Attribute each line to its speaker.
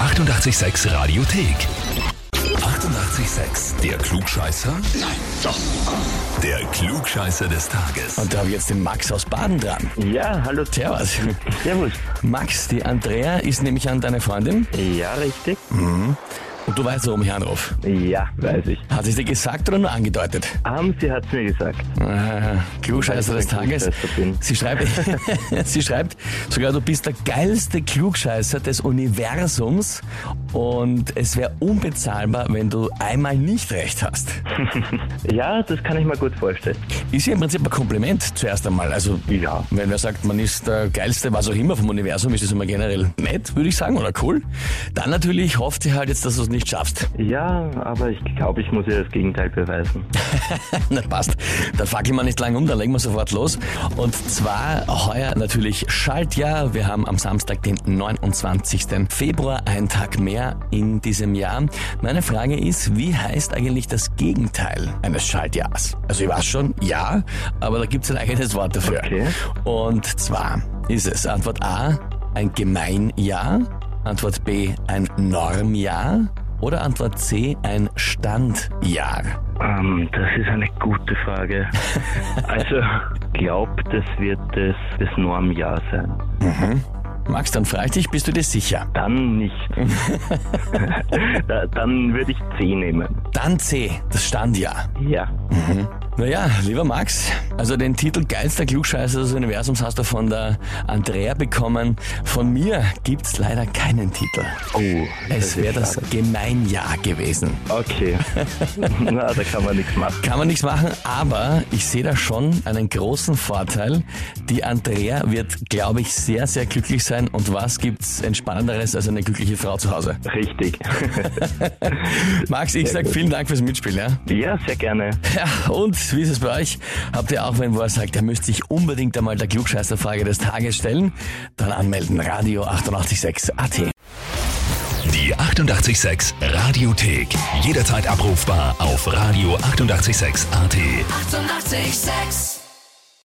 Speaker 1: 886 Radiothek. 88,6. Der Klugscheißer? Nein, doch. Der Klugscheißer des Tages.
Speaker 2: Und da habe ich jetzt den Max aus Baden dran.
Speaker 3: Ja, hallo.
Speaker 2: Servus.
Speaker 3: Servus.
Speaker 2: Max, die Andrea ist nämlich an deine Freundin
Speaker 3: Ja, richtig?
Speaker 2: und du weißt, warum ich anrufe.
Speaker 3: Ja, weiß ich.
Speaker 2: Hat sie dir gesagt oder nur angedeutet?
Speaker 3: Haben Sie hat's mir gesagt.
Speaker 2: Äh, Klugscheißer des Tages.
Speaker 3: Weiß, dass ich Klugscheißer bin.
Speaker 2: Sie schreibt, sie schreibt sogar, du bist der geilste Klugscheißer des Universums und es wäre unbezahlbar, wenn du einmal nicht recht hast.
Speaker 3: Ja, das kann ich mir gut vorstellen.
Speaker 2: Ist ja im Prinzip ein Kompliment zuerst einmal. Also,
Speaker 3: Ja.
Speaker 2: wenn wer sagt, man ist der Geilste, was auch immer vom Universum, ist das immer generell nett, würde ich sagen, oder cool. Dann natürlich hofft sie halt jetzt, dass du es nicht schaffst.
Speaker 3: Ja, aber ich glaube, ich muss ihr das Gegenteil beweisen.
Speaker 2: Na passt. Dann fackeln wir nicht lang um, dann legen wir sofort los. Und zwar heuer natürlich Schaltjahr. Wir haben am Samstag, den 29. Februar, einen Tag mehr in diesem Jahr. Meine Frage ist, wie heißt eigentlich das Gegenteil eines Schaltjahrs? Also ich weiß schon, ja, aber da gibt es ein eigenes Wort dafür.
Speaker 3: Okay.
Speaker 2: Und zwar ist es Antwort A ein Gemeinjahr, Antwort B ein Normjahr oder Antwort C ein Standjahr.
Speaker 3: Ähm, das ist eine gute Frage. Also, glaub, das wird das, das Normjahr sein.
Speaker 2: Max, dann frage ich dich, bist du dir sicher?
Speaker 3: Dann nicht. da, dann würde ich C nehmen.
Speaker 2: Dann C, das Standjahr.
Speaker 3: Ja.
Speaker 2: Naja, lieber Max, also den Titel Geilster Klugscheißer des Universums hast du von der Andrea bekommen. Von mir gibt's leider keinen Titel.
Speaker 3: Oh,
Speaker 2: Es wäre das Gemeinjahr gewesen.
Speaker 3: Okay. Na, da kann man nichts machen.
Speaker 2: Kann man nichts machen, aber ich sehe da schon einen großen Vorteil. Die Andrea wird, glaube ich, sehr, sehr glücklich sein. Und was gibt's entspannenderes als eine glückliche Frau zu Hause?
Speaker 3: Richtig.
Speaker 2: Max, ich sag vielen Dank fürs Mitspielen. Ja?
Speaker 3: ja, sehr gerne.
Speaker 2: Ja, und wie ist es bei euch? Habt ihr auch, wenn wo er sagt, er müsste sich unbedingt einmal der Klugscheißerfrage des Tages stellen? Dann anmelden, Radio 886 AT.
Speaker 1: Die 88,6 Radiothek. Jederzeit abrufbar auf radio886.at. 88,6.
Speaker 4: Eighty-eight, sex.